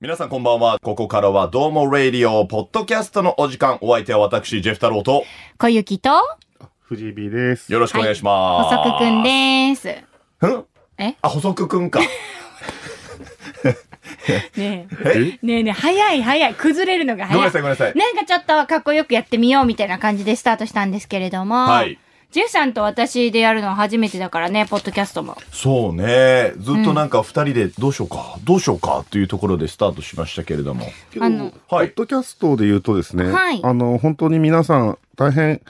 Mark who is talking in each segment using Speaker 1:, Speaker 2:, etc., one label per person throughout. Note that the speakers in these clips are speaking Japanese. Speaker 1: 皆さんこんばんは。ここからはどうもレイディオ、ポッドキャストのお時間。お相手は私、ジェフ太郎と、
Speaker 2: 小雪と、
Speaker 3: 藤井 B です。
Speaker 1: よろしくお願いしま
Speaker 2: 細
Speaker 1: す。
Speaker 2: くくんです。
Speaker 1: ん
Speaker 2: え
Speaker 1: あ、細くくんか。
Speaker 2: ね
Speaker 1: え
Speaker 2: え、ねえねえ、早い早い。崩れるのが
Speaker 1: ごめん
Speaker 2: 早。
Speaker 1: ないさい、ごめんなさい。
Speaker 2: なんかちょっとかっこよくやってみようみたいな感じでスタートしたんですけれども、
Speaker 1: はい
Speaker 2: ジェフさんと私でやるのは初めてだからね、ポッドキャストも。
Speaker 1: そうね。ずっとなんか二人でどうしようか、どうしようかというところでスタートしましたけれども。
Speaker 2: あの
Speaker 1: はい
Speaker 3: ポッドキャストで言うとですね、
Speaker 2: はい
Speaker 3: あの、本当に皆さん大変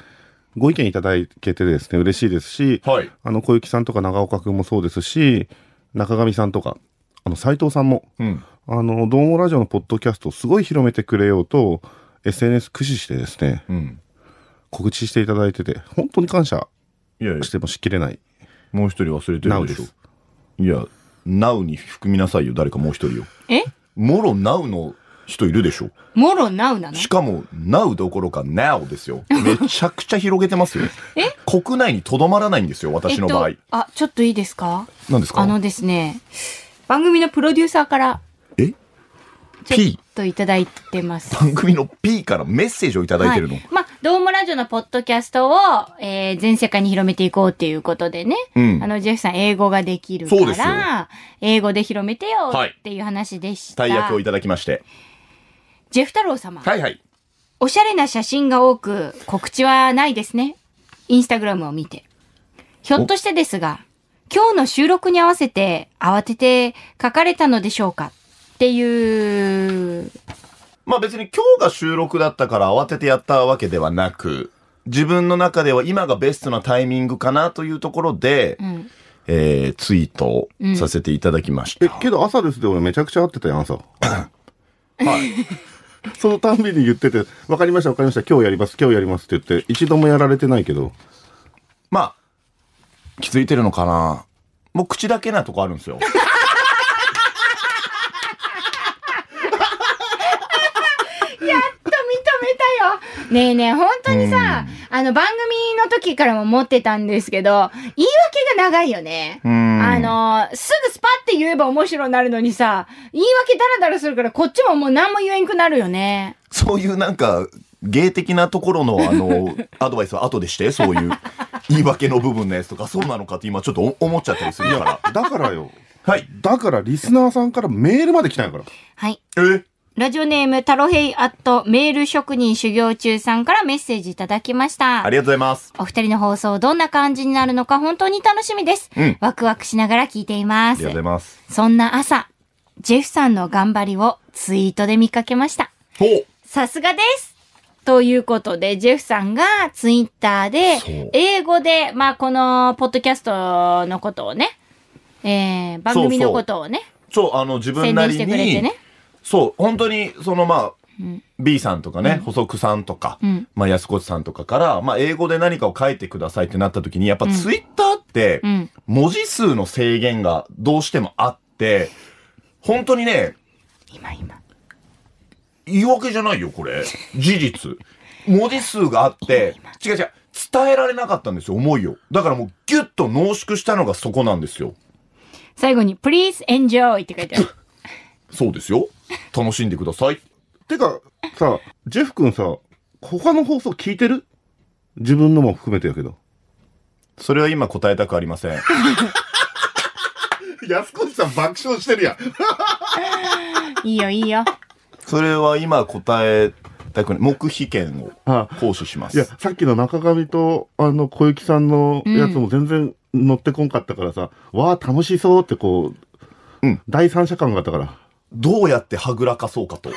Speaker 3: ご意見いただけてですね、嬉しいですし、
Speaker 1: はい
Speaker 3: あの、小雪さんとか長岡くんもそうですし、中上さんとか、あの、斉藤さんも、
Speaker 1: うん。
Speaker 3: あの、どうもラジオのポッドキャストをすごい広めてくれようと、SNS 駆使してですね、
Speaker 1: うん。
Speaker 3: 告知していただいてて、本当に感謝
Speaker 1: いやいや
Speaker 3: してもしきれない。
Speaker 1: もう一人忘れてるでしょ
Speaker 3: Now です。
Speaker 1: いや、ナウに含みなさいよ、誰かもう一人を。
Speaker 2: え
Speaker 1: もろナウの人いるでしょ。
Speaker 2: もろなうなの
Speaker 1: しかも、now どころか now ですよ。めちゃくちゃ広げて ますよ。国内にとどまらないんですよ、私の場合。
Speaker 2: えっと、あ、ちょっといいですか
Speaker 1: 何ですか
Speaker 2: あのですね、番組のプロデューサーから
Speaker 1: え
Speaker 2: ちょっといただいてます。
Speaker 1: 番組の P からメッセージをいただいてるの。
Speaker 2: はい、まあ、ドームラジオのポッドキャストを、えー全世界に広めていこうっていうことでね。
Speaker 1: うん
Speaker 2: あの、ジェフさん、英語ができるか
Speaker 1: そうですよ
Speaker 2: ら、英語で広めてよ
Speaker 1: はい
Speaker 2: っていう話でした。
Speaker 1: 大役をいただきまして。
Speaker 2: ジェフ太郎様、
Speaker 1: はいはい。
Speaker 2: おしゃれな写真が多く、告知はないですね。インスタグラムを見て。ひょっとしてですが、今日の収録に合わせて、慌てて書かれたのでしょうかっていう、
Speaker 1: まあ別に今日が収録だったから慌ててやったわけではなく、自分の中では今がベストなタイミングかなというところで、
Speaker 2: うん。
Speaker 1: えー、ツイートをさせていただきました。
Speaker 3: え、けど朝ですで俺めちゃくちゃ会ってたよ、 朝。はい。 そのたんびに言ってて、わかりました、わかりました、今日やります、今日やりますって言って、一度もやられてないけど、
Speaker 1: まあ、気づいてるのかなもう口だけなとこあるんです よ。
Speaker 2: と認めたよ。ねえねえ、本当にさ、あの番組の時からも持ってたんですけど、言い訳が長いよね。
Speaker 1: ん
Speaker 2: あの、すぐスパって言えば面白になるのにさ、言い訳ダラダラするからこっちももう何も言えんくなるよね。
Speaker 1: そういうなんか、芸的なところのあ の、アドバイスは後でして、そういう言い訳の部分のやつとか、そうなのかって今ちょっとお思っちゃったりするから。
Speaker 3: だからよ、
Speaker 1: はい。
Speaker 3: だからリスナーさんからメールまで来たんやから。
Speaker 2: はい。
Speaker 1: え
Speaker 2: ラジオネーム、太郎平アットメール職人修行中さんからメッセージいただきました。
Speaker 1: ありがとうございます。
Speaker 2: お二人の放送どんな感じになるのか本当に楽しみです。
Speaker 1: うん
Speaker 2: ワクワクしながら聞いていま
Speaker 1: あり
Speaker 2: す
Speaker 1: がとうご。ざいます。
Speaker 2: そんな朝、ジェフさんの頑張りをツイートで見かけました。
Speaker 1: ほう
Speaker 2: さすがですということで、ジェフさんがツイッターで
Speaker 1: そう、
Speaker 2: 英語で、まあ、この、ポッドキャストのことをね、えー、番組のことをね、
Speaker 1: そう、あの、自分
Speaker 2: 宣
Speaker 1: な
Speaker 2: 伝
Speaker 1: り
Speaker 2: して
Speaker 1: に、
Speaker 2: くれてね。
Speaker 1: そう、本当に、そのまあ、
Speaker 2: ん
Speaker 1: B さんとかね、細くさんとか、
Speaker 2: うん
Speaker 1: まあ、安子さんとかから、まあ、英語で何かを書いてくださいってなった時に、やっぱツイッターって
Speaker 2: う、ん。
Speaker 1: 文字数の制限がどうしてもあって、本当にね、
Speaker 2: 今今。
Speaker 1: 言い訳じゃないよ、これ。事実。文字数があって、違う違う、伝えられなかったんですよ、思いを。だからもう、ギュッと濃縮したのがそこなんですよ。
Speaker 2: 最後に、please enjoy って書 いてある。
Speaker 1: そうですよ。楽しんでください。
Speaker 3: てか、さ、ジェフ君さ、他の放送聞いてる自分のも含めてやけど。
Speaker 1: それは今答えたくありません。
Speaker 3: 安子さん爆笑してるやん。
Speaker 2: いいよ、いいよ。
Speaker 1: それは今答えたくない。黙秘権を
Speaker 3: あ
Speaker 1: 行使します。
Speaker 3: いや、さっきの中上と、あの、小雪さんのやつも全然乗ってこんかったからさ、わあ、楽しそうってこう、
Speaker 1: うん
Speaker 3: 第三者感があったから。
Speaker 1: どうやってはぐらかそうか と。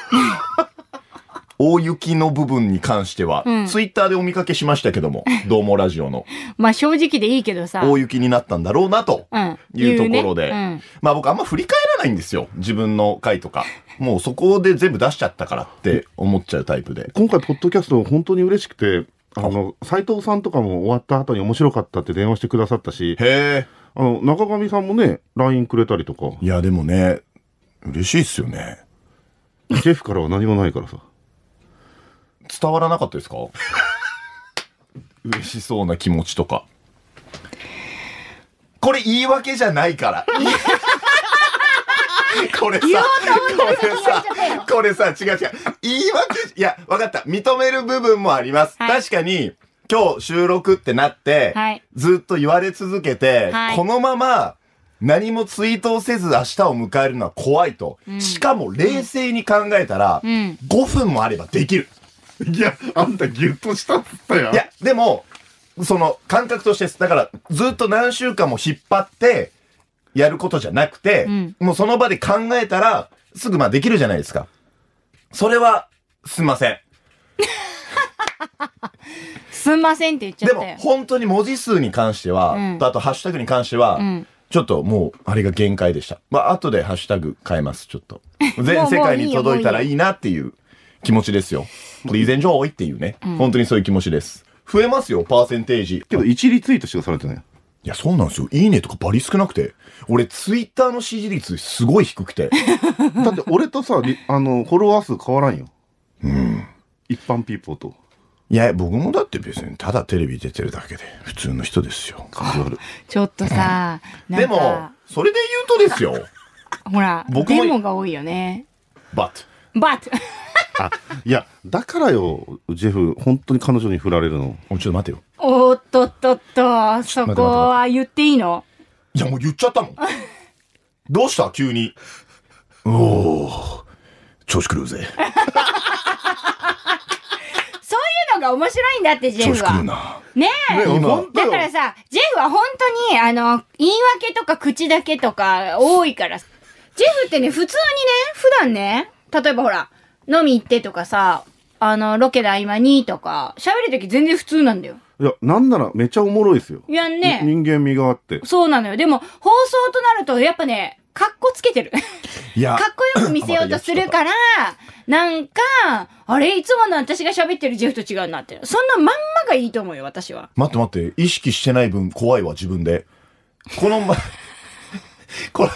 Speaker 1: 大雪の部分に関しては、
Speaker 2: うん
Speaker 1: ツイッターでお見かけしましたけども、どうもラジオの
Speaker 2: まあ、正直でいいけどさ。
Speaker 1: 大雪になったんだろうなと
Speaker 2: うん。
Speaker 1: いうところで、
Speaker 2: 言うね
Speaker 1: まあ僕あんま振り返らないんですよ。自分の回とか。もうそこで全部出しちゃったからって思っちゃうタイプで。
Speaker 3: 今回、ポッドキャスト本当に嬉しくて、あの、斉藤さんとかも終わった後に面白かったって電話してくださったし、
Speaker 1: へえ。
Speaker 3: あの、中上さんもね、LINE くれたりとか、
Speaker 1: いやでもね、嬉しいっすよね。
Speaker 3: ジェフからは何もないからさ。
Speaker 1: 伝わらなかったですか嬉しそうな気持ちとか。これ言い訳じゃないから。 これさ、
Speaker 2: 言おうと思ったらそこ行っちゃったよ
Speaker 1: これさ、違う違う。言い訳し、いや、わかった。認める部分もあります。
Speaker 2: はい
Speaker 1: 確かに、今日収録ってなって、
Speaker 2: はい
Speaker 1: ずっと言われ続けて、
Speaker 2: はい
Speaker 1: このまま、何もツイートをせず明日を迎えるのは怖いと。
Speaker 2: うん
Speaker 1: しかも冷静に考えたら、
Speaker 2: うん。
Speaker 1: 5分もあればできる。
Speaker 3: いや、あんたギュッとしたっつったやん。
Speaker 1: いや、でも、その感覚としてです。だから、ずっと何週間も引っ張って、やることじゃなくて、
Speaker 2: うん
Speaker 1: もうその場で考えたら、すぐまあできるじゃないですか。それは、すんません。
Speaker 2: すんませんって言っちゃ
Speaker 1: で
Speaker 2: った
Speaker 1: も
Speaker 2: よ、。
Speaker 1: 本当に文字数に関しては、
Speaker 2: うん
Speaker 1: とあとハッシュタグに関しては、
Speaker 2: うん
Speaker 1: ちょっともう、あれが限界でした。まあ、後でハッシュタグ変えます、ちょっ と。全世界に届いたらいいなっていう気持ちですよ。Please enjoy っていうね。本当にそういう気持ちです。増えますよ、パーセンテージ。
Speaker 3: けど、一リツイートしかされてない。
Speaker 1: いや、そうなんですよ。いいねとかバリ少なくて。俺、ツイッターの支持率すごい低く て。
Speaker 3: だって、俺とさ、りあの、フォロワー数変わらんよ。一般ピーポーと。
Speaker 1: いや、僕もだって別に、ただテレビ出てるだけで、普通の人ですよ。
Speaker 3: 感じある。
Speaker 2: ちょっとさ、なんか
Speaker 1: でも、それで言うとですよ。
Speaker 2: ほら、
Speaker 1: 僕
Speaker 2: デ
Speaker 1: も
Speaker 2: モが多いよね。
Speaker 1: but。
Speaker 2: But!
Speaker 3: あ、いや、だからよ、ジェフ、本当に彼女に振られるの。
Speaker 1: おいちょっと待てよ。
Speaker 2: おーっとっとっと、
Speaker 1: 待
Speaker 2: そ
Speaker 1: って待って
Speaker 2: こは言っていいの
Speaker 1: いや、もう言っちゃった もん。どうした急に。おお調子狂うぜ。
Speaker 2: そういうのが面白いんだって、ジェフは。
Speaker 1: な。
Speaker 2: ねえ。
Speaker 1: ね今
Speaker 2: だからさ、ジェフは本当に、あの、言い訳とか口だけとか多いから、ジェフってね、普通にね、普段ね、例えばほら、飲み行ってとかさ、あの、ロケで合間にとか、喋るとき全然普通なんだよ。
Speaker 3: いや、なんならめちゃおもろいですよ。
Speaker 2: いやんね
Speaker 3: に人間味があって。
Speaker 2: そうなのよ。でも、放送となると、やっぱね、格好つけてる。
Speaker 1: いや、
Speaker 2: かっこよく見せようとするから、なんか、あれ、いつもの私が喋ってるジェフと違うなって。そんなまんまがいいと思うよ、私は。
Speaker 1: 待って待って、意識してない分怖いわ、自分で。この ま、こ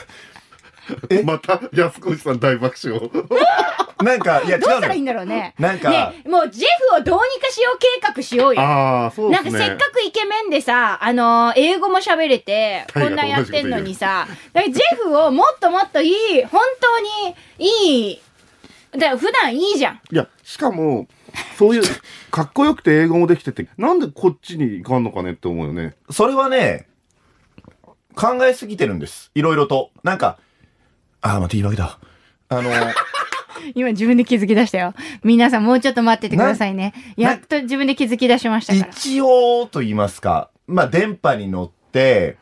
Speaker 3: また、安越さん大爆笑。
Speaker 1: れ、なんか、いや、違う
Speaker 2: どうし
Speaker 1: の
Speaker 2: たらいい
Speaker 1: よ
Speaker 2: んだろうね。
Speaker 1: なんか
Speaker 2: ね、もうジェフをどうにかしよう計画しようよ。
Speaker 3: ああ、そうで
Speaker 2: なん
Speaker 3: す
Speaker 2: か
Speaker 3: ね。
Speaker 2: せっかくイケメンでさ、あのー英語も喋れて、
Speaker 3: 大
Speaker 2: こん
Speaker 3: 河と同じこと言う
Speaker 2: なんやってんのにさ、だからジェフをもっともっといい、本当にいい、だから普段いいじゃん。
Speaker 3: いや、しかも、そういう、かっこよくて英語もできてて、なんでこっちに行かんのかねって思うよね。
Speaker 1: それはね、考えすぎてるんです。いろいろと。なんか、あー、待って、言い訳だ。あの、
Speaker 2: 今自分で気づき出したよ。皆さんもうちょっと待っててくださいね。
Speaker 1: な
Speaker 2: やっと自分で気づき出しましたから。
Speaker 1: 一応と言いますか、まあ、電波に乗って、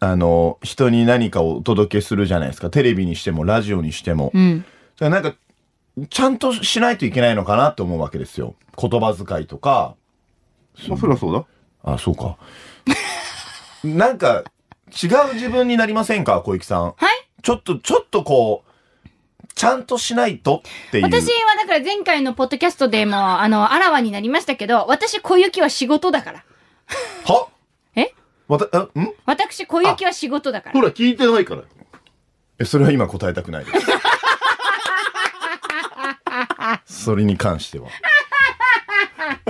Speaker 1: あの、人に何かをお届けするじゃないですか。テレビにしても、ラジオにしても。
Speaker 2: うん。
Speaker 1: だからなんか、ちゃんとしないといけないのかなと思うわけですよ。言葉遣いとか、
Speaker 3: まあ、それはそうだ。
Speaker 1: あ、そう か。なんか、違う自分になりませんか小池さん。
Speaker 2: はい
Speaker 1: ちょっと、ちょっとこう、ちゃんとしないとっていう。
Speaker 2: 私はだから前回のポッドキャストでも、あの、あらわになりましたけど、私小雪は仕事だから。
Speaker 1: は
Speaker 2: え
Speaker 1: わた、あん
Speaker 2: 私小雪は仕事だから
Speaker 3: ほ。ら、聞いてないから。
Speaker 1: え、それは今答えたくないです。それに関しては。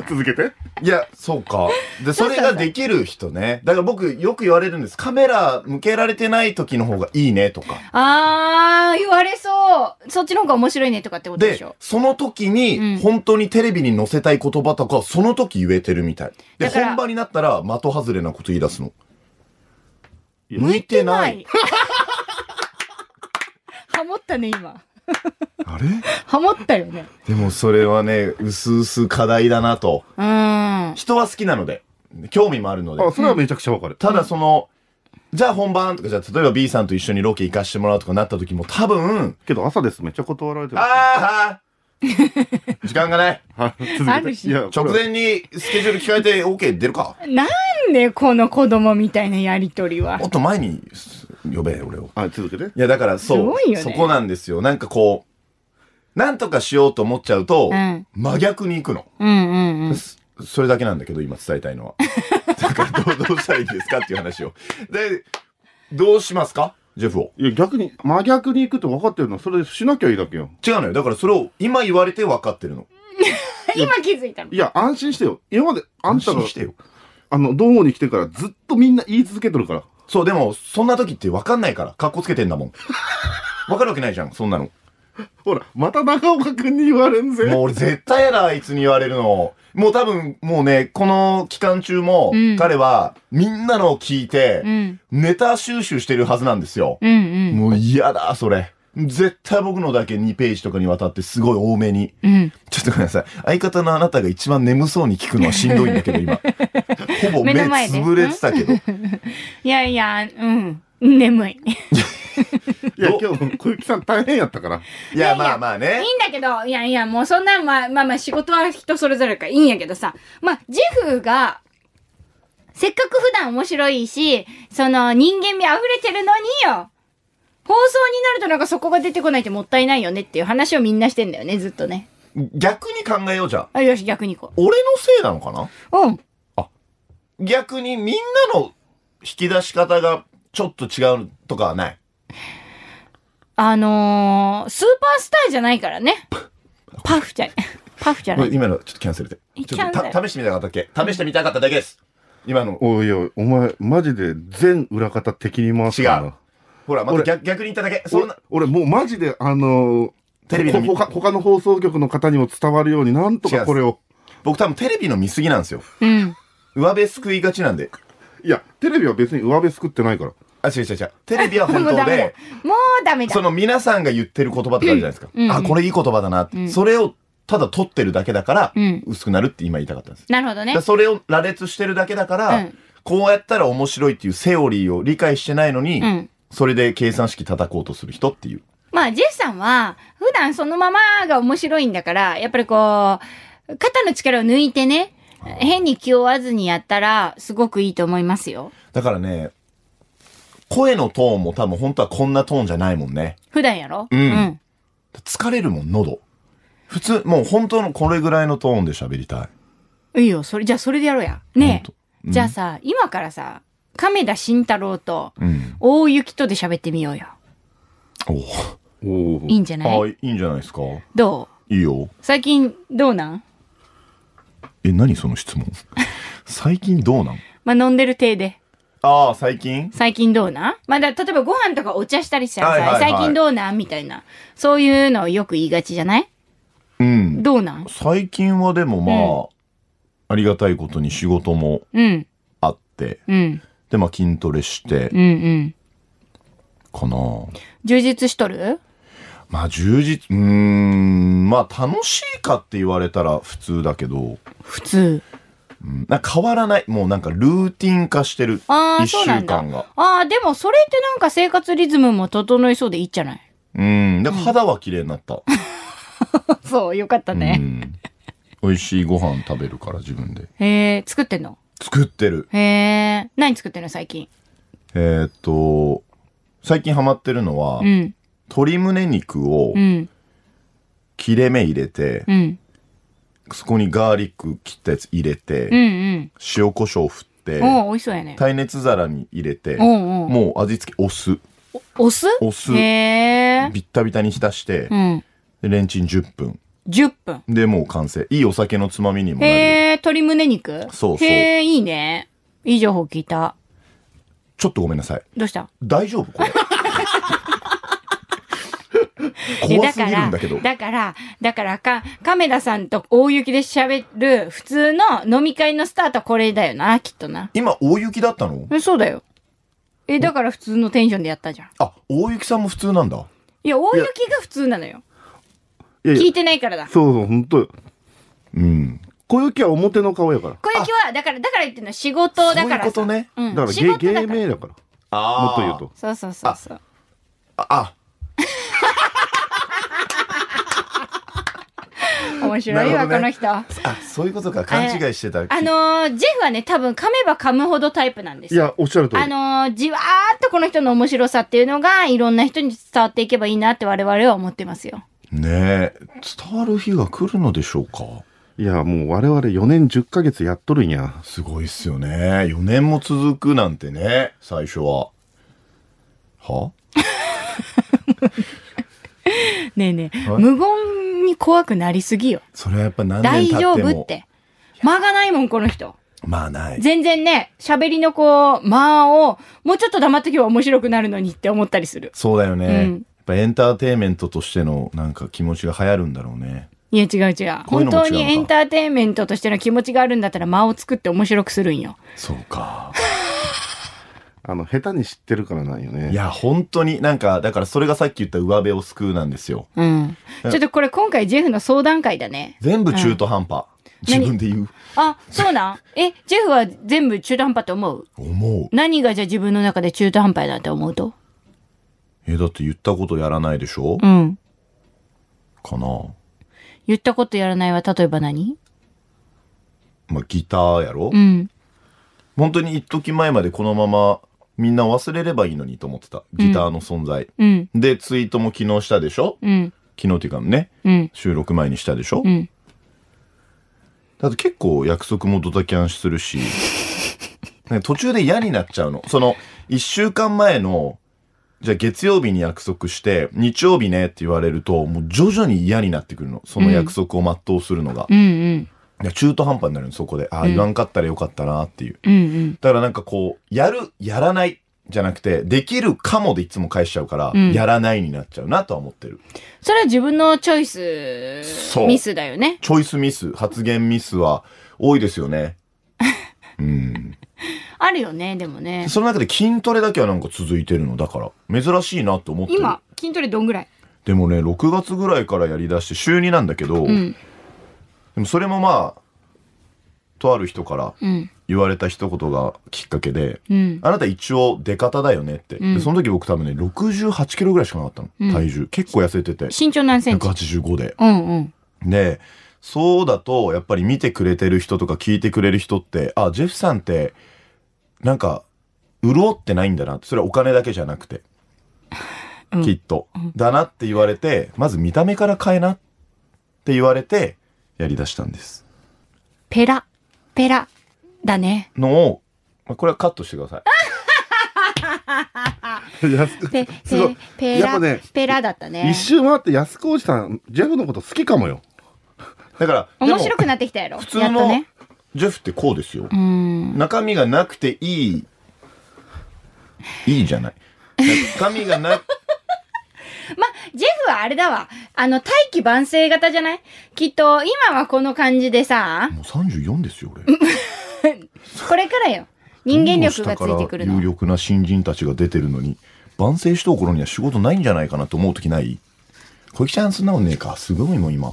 Speaker 3: 続けて。
Speaker 1: いや、そうか。で、それができる人ね。だから僕よく言われるんです。カメラ向けられてない時の方がいいねとか。
Speaker 2: あー、言われそう。そっちの方が面白いねとかってことでし
Speaker 1: で
Speaker 2: ょ、。
Speaker 1: その時
Speaker 2: うん
Speaker 1: に、本当にテレビに載せたい言葉とか、その時言えてるみたい。で、
Speaker 2: だから
Speaker 1: 本番になったら、的外れなこと言い出すの。
Speaker 3: や
Speaker 1: 向いてない。。
Speaker 2: ハモったね、今。
Speaker 1: あれ
Speaker 2: ハモったよね。
Speaker 1: でもそれはね、うすうす課題だなと。
Speaker 2: うーん。
Speaker 1: 人は好きなので、興味もあるので
Speaker 3: あ、。それはめちゃくちゃわかる。
Speaker 1: ただその、じゃあ本番とか、じゃあ例えば B さんと一緒にロケ行かしてもらうとかなった時も多分、
Speaker 3: けど、朝です。めっちゃ断られてる。
Speaker 1: ああ時間がない。
Speaker 3: はい続けて
Speaker 2: あるし
Speaker 3: いや
Speaker 1: 直前にスケジュール聞かれて OK 出るか。
Speaker 2: なんでこの子供みたいなやりとりは
Speaker 1: も。っと前に呼べ、俺を。
Speaker 3: あ、続けて。
Speaker 1: いや、だからそう、
Speaker 2: すごいよね
Speaker 1: そこなんですよ。なんかこう、なんとかしようと思っちゃうと、
Speaker 2: うん
Speaker 1: 真逆に行くの。
Speaker 2: うんうんうん。
Speaker 1: そそれだけなんだけど、今伝えたい のは。だからどう、どうしたらいいですかっていう話を。で、どうしますかジェフを。
Speaker 3: いや、逆に、真逆に行くって分かってるのは、それしなきゃいいだけよ。
Speaker 1: 違うのよ。だからそれを今言われて分かってるの。
Speaker 2: 今気づいたの
Speaker 3: い。や、安心してよ。今まで、あんたが
Speaker 1: 安心、してよ。
Speaker 3: あの、どうに来てから、ずっとみんな言い続けてるから。
Speaker 1: そう、でも、そんな時って分かんないから、格好つけてんだもん。わかるわけないじゃん、そんなの。
Speaker 3: ほら、また中岡くんに言われんぜ。
Speaker 1: もう俺絶対やだ、あいつに言われるの。もう多分、もうね、この期間中も
Speaker 2: うん、
Speaker 1: 彼は、みんなのを聞いて
Speaker 2: う、ん。
Speaker 1: ネタ収集してるはずなんですよ。
Speaker 2: うんうん。
Speaker 1: もう嫌だ、それ。絶対僕のだけ2ページとかにわたってすごい多めに。
Speaker 2: うん。
Speaker 1: ちょっとごめんなさい。相方のあなたが一番眠そうに聞くのはしんどいんだけど、今。 ほぼ目
Speaker 2: 目の前で
Speaker 1: つぶれてたけど。
Speaker 2: いやいや、うん。眠い。いいん
Speaker 3: いや、
Speaker 1: ど
Speaker 3: 今日、小雪さん大変やったから。
Speaker 1: いや、まあまあね。
Speaker 2: だけど、いやいや、もうそんな、まあまあまあ仕事は人それぞれからいいんやけどさ。まあ、ジフが、せっかく普段面白いし、その人間味溢れてるのによ。放送になるとなんかそこが出てこないってもったいないよねっていう話をみんなしてんだよね、ずっとね。
Speaker 1: 逆に考えようじゃん。
Speaker 2: あ、よし、逆に行こ
Speaker 1: 俺のせいなのかな
Speaker 2: う。うん。
Speaker 1: 逆にみんなの引き出し方がちょっと違うとかはない。
Speaker 2: あのー、スーパースターじゃないからね。パフじゃない。パフじゃない。
Speaker 1: 今のちょっとキャンセルで。
Speaker 2: え
Speaker 1: ちょっ
Speaker 2: キャン
Speaker 1: と
Speaker 2: セ
Speaker 1: た試してみたかっただけ。試してみたかっただけです。今の。
Speaker 3: おいおい、お前、マジで全裏方敵に回すからな
Speaker 1: 違うほら、また
Speaker 3: 俺
Speaker 1: 逆逆に言っただけ。そんな、
Speaker 3: 俺、俺もうマジで、あのー、
Speaker 1: テレビの見
Speaker 3: ほ他他の放送局の方にも伝わるように、なんと
Speaker 1: 違う
Speaker 3: かこれを。
Speaker 1: 僕多分テレビの見過ぎなんですよ。
Speaker 2: うん。
Speaker 1: 上辺すくいがちなんで。
Speaker 3: いや、テレビは別に上辺作ってないから。
Speaker 1: あ、違う違う違う。テレビは本
Speaker 2: もう
Speaker 1: 当
Speaker 2: ダメだ
Speaker 1: で、。
Speaker 2: もうダメだ。
Speaker 1: その皆さんが言ってる言葉とかあるじゃないですか。
Speaker 2: うんうん
Speaker 1: あ、これいい言葉だなって、
Speaker 2: ん
Speaker 1: それをただ取ってるだけだから、
Speaker 2: うん
Speaker 1: 薄くなるって今言いたかったんです。
Speaker 2: なるほど
Speaker 1: だ
Speaker 2: ね
Speaker 1: から。それを羅列してるだけだから、
Speaker 2: うん
Speaker 1: こうやったら面白いっていうセオリーを理解してないのに、
Speaker 2: うん
Speaker 1: それで計算式叩こうとする人っていう。
Speaker 2: まあ、ジェフさんは、普段そのままが面白いんだから、やっぱりこう、肩の力を抜いてね、変に気負わずにやったら、すごくいいと思いますよ。
Speaker 1: だからね、声のトーンも多分本当はこんなトーンじゃないもんね。
Speaker 2: 普段やろ
Speaker 1: うん疲れるもん、喉。普通、もう本当のこれぐらいのトーンで喋りたい。
Speaker 2: うん。いいよ、それ、じゃあそれでやろうや。ね
Speaker 1: ほんと
Speaker 2: え。じゃあさ、今からさ、亀田慎太郎と、
Speaker 1: うん。
Speaker 2: 大雪とで喋ってみようよ。
Speaker 1: お
Speaker 3: おお
Speaker 2: いいんじゃない
Speaker 1: あ、いいんじゃないですか。
Speaker 2: どう
Speaker 1: いいよ。
Speaker 2: 最近、どうなん
Speaker 1: え、何その質問 最近どうなん
Speaker 2: まあ、飲んでる体で。
Speaker 1: ああ、最近
Speaker 2: 最近どうなんまあ、だ例えばご飯とかお茶したりしたらさ、
Speaker 1: はいはいはい
Speaker 2: 最近どうなんみたいな。そういうのをよく言いがちじゃない
Speaker 1: うん。
Speaker 2: どうなん
Speaker 1: 最近はでもまあ、ありがたいことに仕事も
Speaker 2: うん、
Speaker 1: あって、
Speaker 2: うん、
Speaker 1: で、まあ筋トレして
Speaker 2: うん、う、ん。
Speaker 1: かな。
Speaker 2: 充実しとる
Speaker 1: まあ充実、うーん、まあ楽しいかって言われたら普通だけど、
Speaker 2: 普通。
Speaker 1: うんなんか変わらない。もうなんかルーティン化してる。
Speaker 2: ああ、
Speaker 1: 一
Speaker 2: そう
Speaker 1: 週
Speaker 2: なんだ。
Speaker 1: 間が。
Speaker 2: ああ、でもそれってなんか生活リズムも整いそうでいいじゃない
Speaker 1: うん。だから肌は綺麗になった。
Speaker 2: そう、よかった
Speaker 1: う。ん。美味しいご飯食べるから自分で。
Speaker 2: へえ、作ってんの
Speaker 1: 作ってる。
Speaker 2: へえ、何作ってんの最近。
Speaker 1: えーっと、最近ハマってるのは、
Speaker 2: うん、
Speaker 1: 鶏胸肉を
Speaker 2: うん、
Speaker 1: 切れ目入れて、
Speaker 2: うん、
Speaker 1: そこにガーリック切ったやつ入れて、
Speaker 2: うん、うん。
Speaker 1: 塩コショウ振って、
Speaker 2: おお、美味しそうやね。
Speaker 1: 耐熱皿に入れて、
Speaker 2: おうおう
Speaker 1: もう味付けお酢、
Speaker 2: お酢
Speaker 1: お酢、
Speaker 2: へ
Speaker 1: ビ
Speaker 2: え。
Speaker 1: ッタビタに浸して
Speaker 2: う、ん。
Speaker 1: でレンチン10分。
Speaker 2: 10分。
Speaker 1: で、もう完成。いいお酒のつまみにもなる。
Speaker 2: へえ、鶏胸肉
Speaker 1: そうそう
Speaker 2: へえ、いいね。いい情報聞いた。
Speaker 1: ちょっとごめんなさい。
Speaker 2: どうした
Speaker 1: 大丈夫こ れ。
Speaker 2: え
Speaker 1: 怖すぎるんだけど。
Speaker 2: だから、だから、だからか、亀田さんと大雪で喋る普通の飲み会のスタートはこれだよな、きっとな。
Speaker 1: 今、大雪だったの
Speaker 2: え、そうだよ。え、だから普通のテンションでやったじゃん。
Speaker 1: あ、大雪さんも普通なんだ。
Speaker 2: いや、大雪が普通なのよ。
Speaker 3: いや
Speaker 2: 聞
Speaker 3: い
Speaker 2: い
Speaker 3: や、
Speaker 2: てないからだ。
Speaker 3: そうそう、本当よ
Speaker 1: うん。
Speaker 3: 小雪は表の顔やから。
Speaker 2: 小雪は、だから、だから言ってるのは仕事だからさ。
Speaker 1: そういうことね
Speaker 2: うん。
Speaker 3: だから
Speaker 2: 仕事
Speaker 3: 芸
Speaker 2: だ
Speaker 3: 芸
Speaker 2: から。
Speaker 3: 名だから。
Speaker 1: あ
Speaker 3: もっと言うと。。
Speaker 2: そうそうそうそう。
Speaker 1: あ、
Speaker 2: 面白い
Speaker 1: な
Speaker 2: わ、
Speaker 1: るほど
Speaker 2: この
Speaker 1: ね
Speaker 2: 人。あ
Speaker 1: あ、そういうことか。勘違いしてた。
Speaker 2: のー、ジェフはね、多分噛めば噛むほどタイプなんです
Speaker 3: い
Speaker 2: よ
Speaker 3: や、おっしゃる通り
Speaker 2: あ。のーじわーっとこの人の面白さっていうのが、いろんな人に伝わっていけばいいなって我々は思ってますよ。
Speaker 1: ねえ、伝わる日が来るのでしょうか
Speaker 3: いや、もう我々4年10ヶ月やっとるんや。
Speaker 1: すごいっすよね。4年も続くなんてね、最初は。は
Speaker 2: ねえねえ、
Speaker 1: はい
Speaker 2: 無言に怖くなりすぎよ。
Speaker 1: それはやっぱ何
Speaker 2: 大
Speaker 1: 年経って
Speaker 2: 丈
Speaker 1: も。
Speaker 2: 夫っ。て。間がないもん、この人。
Speaker 1: まあない。
Speaker 2: 全然ね、喋りのこう、間を、もうちょっと黙っとけば面白くなるのにって思ったりする。
Speaker 1: そうだよね。
Speaker 2: うん
Speaker 1: ぱエンターテインメントとしてのなんか気持ちが流行るんだろうね。
Speaker 2: いや違う違う。
Speaker 1: こういうのも違う
Speaker 2: 本
Speaker 1: のか
Speaker 2: 当にエンターテインメントとしての気持ちがあるんだったら間を作って面白くするんよ。
Speaker 1: そう か。
Speaker 3: あの、下手に知ってるからなんよね。
Speaker 1: いや、本当になんか、だからそれがさっき言った上辺を救うなんですよ。
Speaker 2: うん。ちょっとこれ今回ジェフの相談会だね。
Speaker 1: 全部中途半端。自分で言う。
Speaker 2: あ、そうなんえ、ジェフは全部中途半端と思う
Speaker 1: 思う。
Speaker 2: 何がじゃあ自分の中で中途半端だって思うと
Speaker 1: え、だって言ったことやらないでしょ、
Speaker 2: うん。
Speaker 1: かな。
Speaker 2: 言ったことやらないは例えば何
Speaker 1: まあ、ギターやろ、
Speaker 2: うん。
Speaker 1: 本当に一時前までこのままみんな忘れればいいのにと思ってた。ギターの存在。
Speaker 2: うん。
Speaker 1: で、ツイートも昨日したでしょ、
Speaker 2: うん。
Speaker 1: 昨日っていうかね、
Speaker 2: うん。
Speaker 1: 収録前にしたでしょ、
Speaker 2: うん。
Speaker 1: だって結構約束もドタキャンする し、なんか途中で嫌になっちゃうの。その、一週間前の、じゃあ月曜日に約束して、日曜日ねって言われると、もう徐々に嫌になってくるの。その約束を全うするのが。
Speaker 2: うん。うん。
Speaker 1: いや中途半端になるの、そこで。ああ、言わんかったらよかったなっていう。
Speaker 2: うん。うん。
Speaker 1: だからなんかこう、やる、やらないじゃなくて、できるかもでいつも返しちゃうから、
Speaker 2: ん
Speaker 1: やらないになっちゃうなとは思ってる。
Speaker 2: それは自分のチョイス
Speaker 1: そう
Speaker 2: ミスだよね。
Speaker 1: チョイスミス、発言ミスは多いですよね。うん。
Speaker 2: あるよね、でもね。
Speaker 1: その中で筋トレだけはなんか続いてるの。だから、珍しいなと思ってる。
Speaker 2: 今、筋トレどんぐらい
Speaker 1: でもね、6月ぐらいからやりだして、週2なんだけど、
Speaker 2: うん。
Speaker 1: でもそれもまあ、とある人から
Speaker 2: うん。
Speaker 1: 言われた一言がきっかけで、
Speaker 2: うん。
Speaker 1: あなた一応出方だよねって。
Speaker 2: ん
Speaker 1: でその時僕多分ね、68キロぐらいしかなかったの。
Speaker 2: うん
Speaker 1: 体重。結構痩せてて。
Speaker 2: 身長何センチ
Speaker 1: 185で。
Speaker 2: うんうん。
Speaker 1: で、そうだと、やっぱり見てくれてる人とか聞いてくれる人って、あ、ジェフさんって、なんか、潤ってないんだなって。それはお金だけじゃなくて。
Speaker 2: うん
Speaker 1: きっと。だなって言われて、まず見た目から変えなって言われて、やり出したんです。
Speaker 2: ペラ、ペラ、だね。
Speaker 1: のを、まあこれはカットしてください。
Speaker 3: 安
Speaker 2: ペ、
Speaker 3: すご
Speaker 2: ペ
Speaker 3: い、
Speaker 2: ペ
Speaker 3: や
Speaker 2: ラ、
Speaker 3: っぱね
Speaker 2: ペラだった
Speaker 3: 一
Speaker 2: ね。
Speaker 3: 周回って安子おじさん、ジェフのこと好きかもよ。
Speaker 1: だから、でも
Speaker 2: 面白くなってきたやろ。
Speaker 1: 普通
Speaker 2: やっと
Speaker 1: の
Speaker 2: ね。
Speaker 1: ジェフってこうですよ。
Speaker 2: うん。
Speaker 1: 中身がなくていいいいじゃない中身が な
Speaker 2: ま、ジェフはあれだわ。あの、大器晩成型じゃないきっと、今はこの感じでさ、
Speaker 1: もう34ですよ俺
Speaker 2: これからよ。人間力がついてくる
Speaker 1: どんどん下から有
Speaker 2: の。
Speaker 1: 力な新人たちが出てるのに万世しとう頃には仕事ないんじゃないかなと思う時ない小池ちゃんそんなもんねえかすごいもん今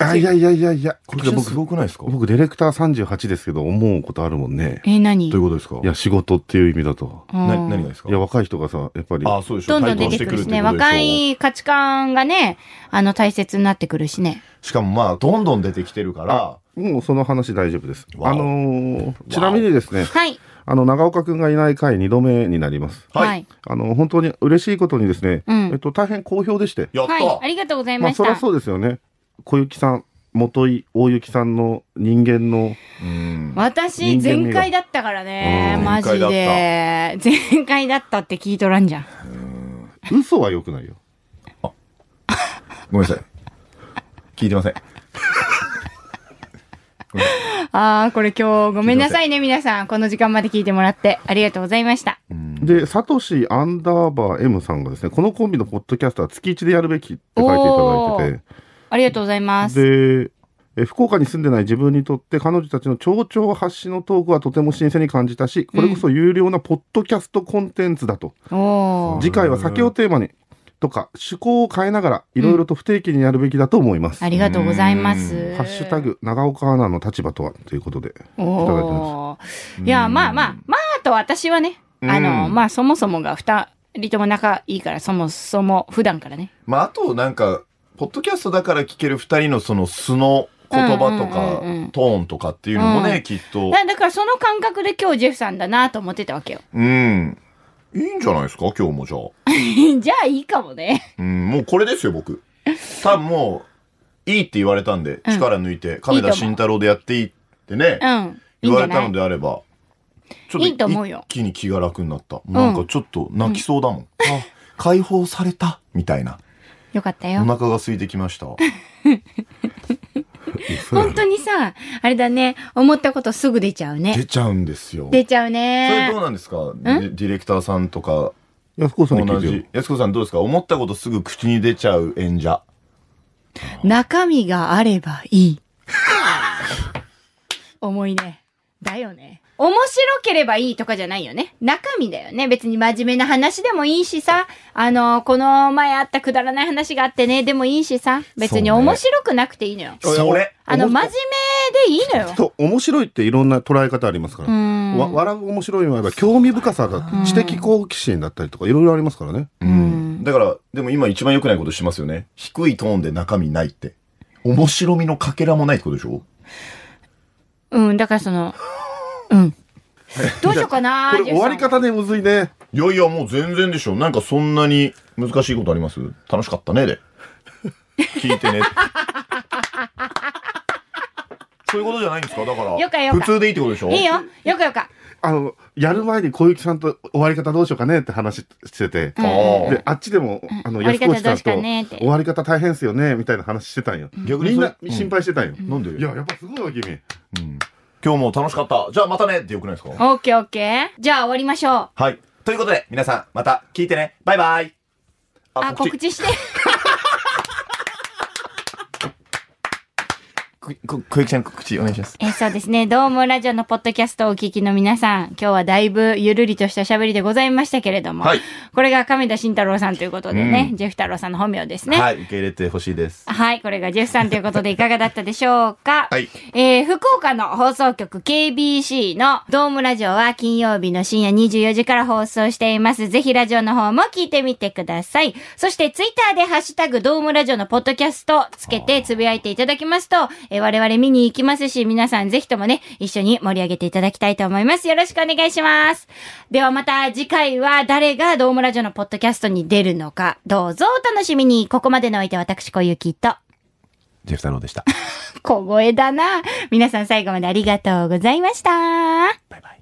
Speaker 3: あ、いやいやいやいや。
Speaker 1: 小池ちゃんす
Speaker 3: 僕、
Speaker 1: ごくないですかど
Speaker 3: 僕、ディレクター38ですけど、思うことあるもんね。
Speaker 2: え、何
Speaker 1: ういうことですか
Speaker 3: いや、仕事っていう意味だと。
Speaker 2: うん
Speaker 1: な何がですか
Speaker 3: いや、若い人がさ、やっぱり、
Speaker 1: あそうでしょ
Speaker 2: どんどん出てくるしね。若い価値観がね、あの、大切になってくるしね。
Speaker 1: しかもまあどんどん出てきてるから
Speaker 3: もうその話大丈夫です。
Speaker 1: わお
Speaker 3: あのーちなみにですね、
Speaker 2: はい。
Speaker 3: あの、長岡くんがいない回2度目になります。
Speaker 1: はい
Speaker 2: はい。
Speaker 3: あの、本当に嬉しいことにですね、
Speaker 2: うん
Speaker 3: えっと、大変好評でして。
Speaker 1: やった、
Speaker 2: はい。ありがとうござい
Speaker 3: ま
Speaker 2: ま
Speaker 3: あ、
Speaker 2: した。
Speaker 3: そりゃそうですよね。小雪さん、元井、大雪さんの人間の、
Speaker 1: うん
Speaker 2: 私、
Speaker 3: 人間味が
Speaker 2: 全開だったからね。
Speaker 1: うん
Speaker 2: マジで。全開だったって聞いとらんじゃん。
Speaker 3: 嘘は良くないよ。
Speaker 1: ごめんなさい聞いてません
Speaker 2: あー、これ今日ごめんなさいね、皆さん。この時間まで聞いてもらってありがとうございました。
Speaker 3: で、サトシアンダーバー M さんがですね、このコンビのポッドキャストは月1でやるべきって書いていただいて
Speaker 2: ありがとうございます。
Speaker 3: て、で、え福岡に住んでない自分にとって彼女たちの町長発信のトークはとても新鮮に感じたし、これこそ有料なポッドキャストコンテンツだと。
Speaker 2: おー。
Speaker 3: 次回は酒をテーマに、とか趣向を変えながら、いろいろと不定期にやるべきだと思います。
Speaker 2: ありがとうございます。
Speaker 3: ハッシュタ。グ、長岡アナの立場とはということで。いただいて
Speaker 2: おー。いや、まあまあ、まあと私はね、あの、
Speaker 1: うん
Speaker 2: まあそもそもが二人とも仲いいから、そもそも普段からね。
Speaker 1: まあ、あとなんか、ポッドキャストだから聞ける二人のその素の言葉とか、
Speaker 2: うんうんうんうん
Speaker 1: トーンとかっていうのもね、
Speaker 2: うん
Speaker 1: きっと、
Speaker 2: だだからその感覚で今日ジェフさんだなと思ってたわ けよ。
Speaker 1: うん。いいんじゃないですか今日もじゃあ。
Speaker 2: じゃあいいかもね。
Speaker 1: うん、もうこれですよ、僕。多分もう、いいって言われたんで、
Speaker 2: うん
Speaker 1: 力抜いて、亀田慎太郎でやっていいってね、
Speaker 2: うん。いい
Speaker 1: 言
Speaker 2: んじ
Speaker 1: わ
Speaker 2: ゃ
Speaker 1: れた
Speaker 2: ない
Speaker 1: のであれば、ち
Speaker 2: いいと思うよ
Speaker 1: 一気に気が楽になった。なんかちょっと泣きそうだもん。あ、解放された、みたいな。
Speaker 2: よかった
Speaker 1: お
Speaker 2: よ。
Speaker 1: 腹が空いてきま した。
Speaker 2: 本当にさ、あれだね、思ったことすぐ出ちゃうね
Speaker 1: 出。ちゃうんですよ。
Speaker 2: 出ちゃう
Speaker 1: それ
Speaker 2: ね
Speaker 1: どう。なんですかディディレクターさんとか
Speaker 3: 安子さんに聞
Speaker 1: 同
Speaker 3: いてよ
Speaker 1: じ。安子さんどうですか思ったことすぐ口に出ちゃう演者。
Speaker 2: 中身があればいい。重いね。だよね。面白ければいいとかじゃないよね。中身だよね。別に真面目な話でもいいしさ。あの、この前あったくだらない話があってね、でもいいしさ。
Speaker 1: そ
Speaker 2: 別に
Speaker 1: うね
Speaker 2: 面白くなくていいのよ。
Speaker 1: それ。
Speaker 2: あの、真
Speaker 3: 面
Speaker 2: 面目でいいのよ。
Speaker 3: そう面白いっていろんな捉え方ありますか
Speaker 2: う
Speaker 3: ら。
Speaker 2: ん。
Speaker 3: わ笑う面白いもあれば興味深さだったり知的好奇心だったりとかいろいろありますからね。
Speaker 1: うん。だから、でも今一番良くないことしてますよね。低いトーンで中身ないって。面白みのかけらもないってことでしょ
Speaker 2: うん、だからその、うん。どうしようかな
Speaker 3: これ終わり方ねむずいね。
Speaker 1: いやいや、もう全然でしょ。なんかそんなに難しいことあります楽しかったね、で。聞い てね。そういうことじゃないんですかだから。
Speaker 2: よかよか
Speaker 1: 普通でいいってことでしょ
Speaker 2: いいよ。よかよか。
Speaker 3: あのやる前に小雪さんと終わり方どうしようかねって話してて。
Speaker 1: ああ。
Speaker 3: で、あっちでも、あの、安越さ
Speaker 2: 終わり方
Speaker 3: んと、
Speaker 2: どうしかねって
Speaker 3: 終わり方大変っすよね、みたいな話してたんよ。
Speaker 1: 逆に
Speaker 3: みんな
Speaker 1: それ
Speaker 3: 心配してたんよ。
Speaker 1: なんで
Speaker 3: いや、やっぱすごいわ、君。
Speaker 1: うん今日も楽しかった。じゃあまたねってよくないですか
Speaker 2: オッケーオッケー。じゃあ終わりましょう。
Speaker 1: はい。ということで、皆さん、また聞いてね。バイバイ。
Speaker 2: あ、告知して。
Speaker 1: ここ小雪ちゃん告知お願いします。
Speaker 2: えーそうですね。どうもラジオのポッドキャストをお聞きの皆さん、今日はだいぶゆるりとした喋りでございましたけれども、
Speaker 1: はい
Speaker 2: これが亀田慎太郎さんということでね、
Speaker 1: うん
Speaker 2: ジェフ太郎さんの本名ですね。はい。
Speaker 1: はい、受け入れてほしいです。
Speaker 2: これがジェフさんということでいかがだったでしょうか
Speaker 1: はい
Speaker 2: えー福岡の放送局 KBC のドームラジオは金曜日の深夜24時から放送しています。ぜひラジオの方も聞いてみてください。そしてツイッターでハッシュタグドームラジオのポッドキャストつけてつぶやいていただきますと、えー我々見に行きますし、皆さんぜひともね、一緒に盛り上げていただきたいと思います。よろしくお願いします。ではまた次回は誰がドームラジオのポッドキャストに出るのか、どうぞお楽しみに。ここまでのお相手は私小雪と。
Speaker 1: ジェフ太 郎でした。
Speaker 2: 小声だな。皆さん最後までありがとうございました。
Speaker 1: バイバイ。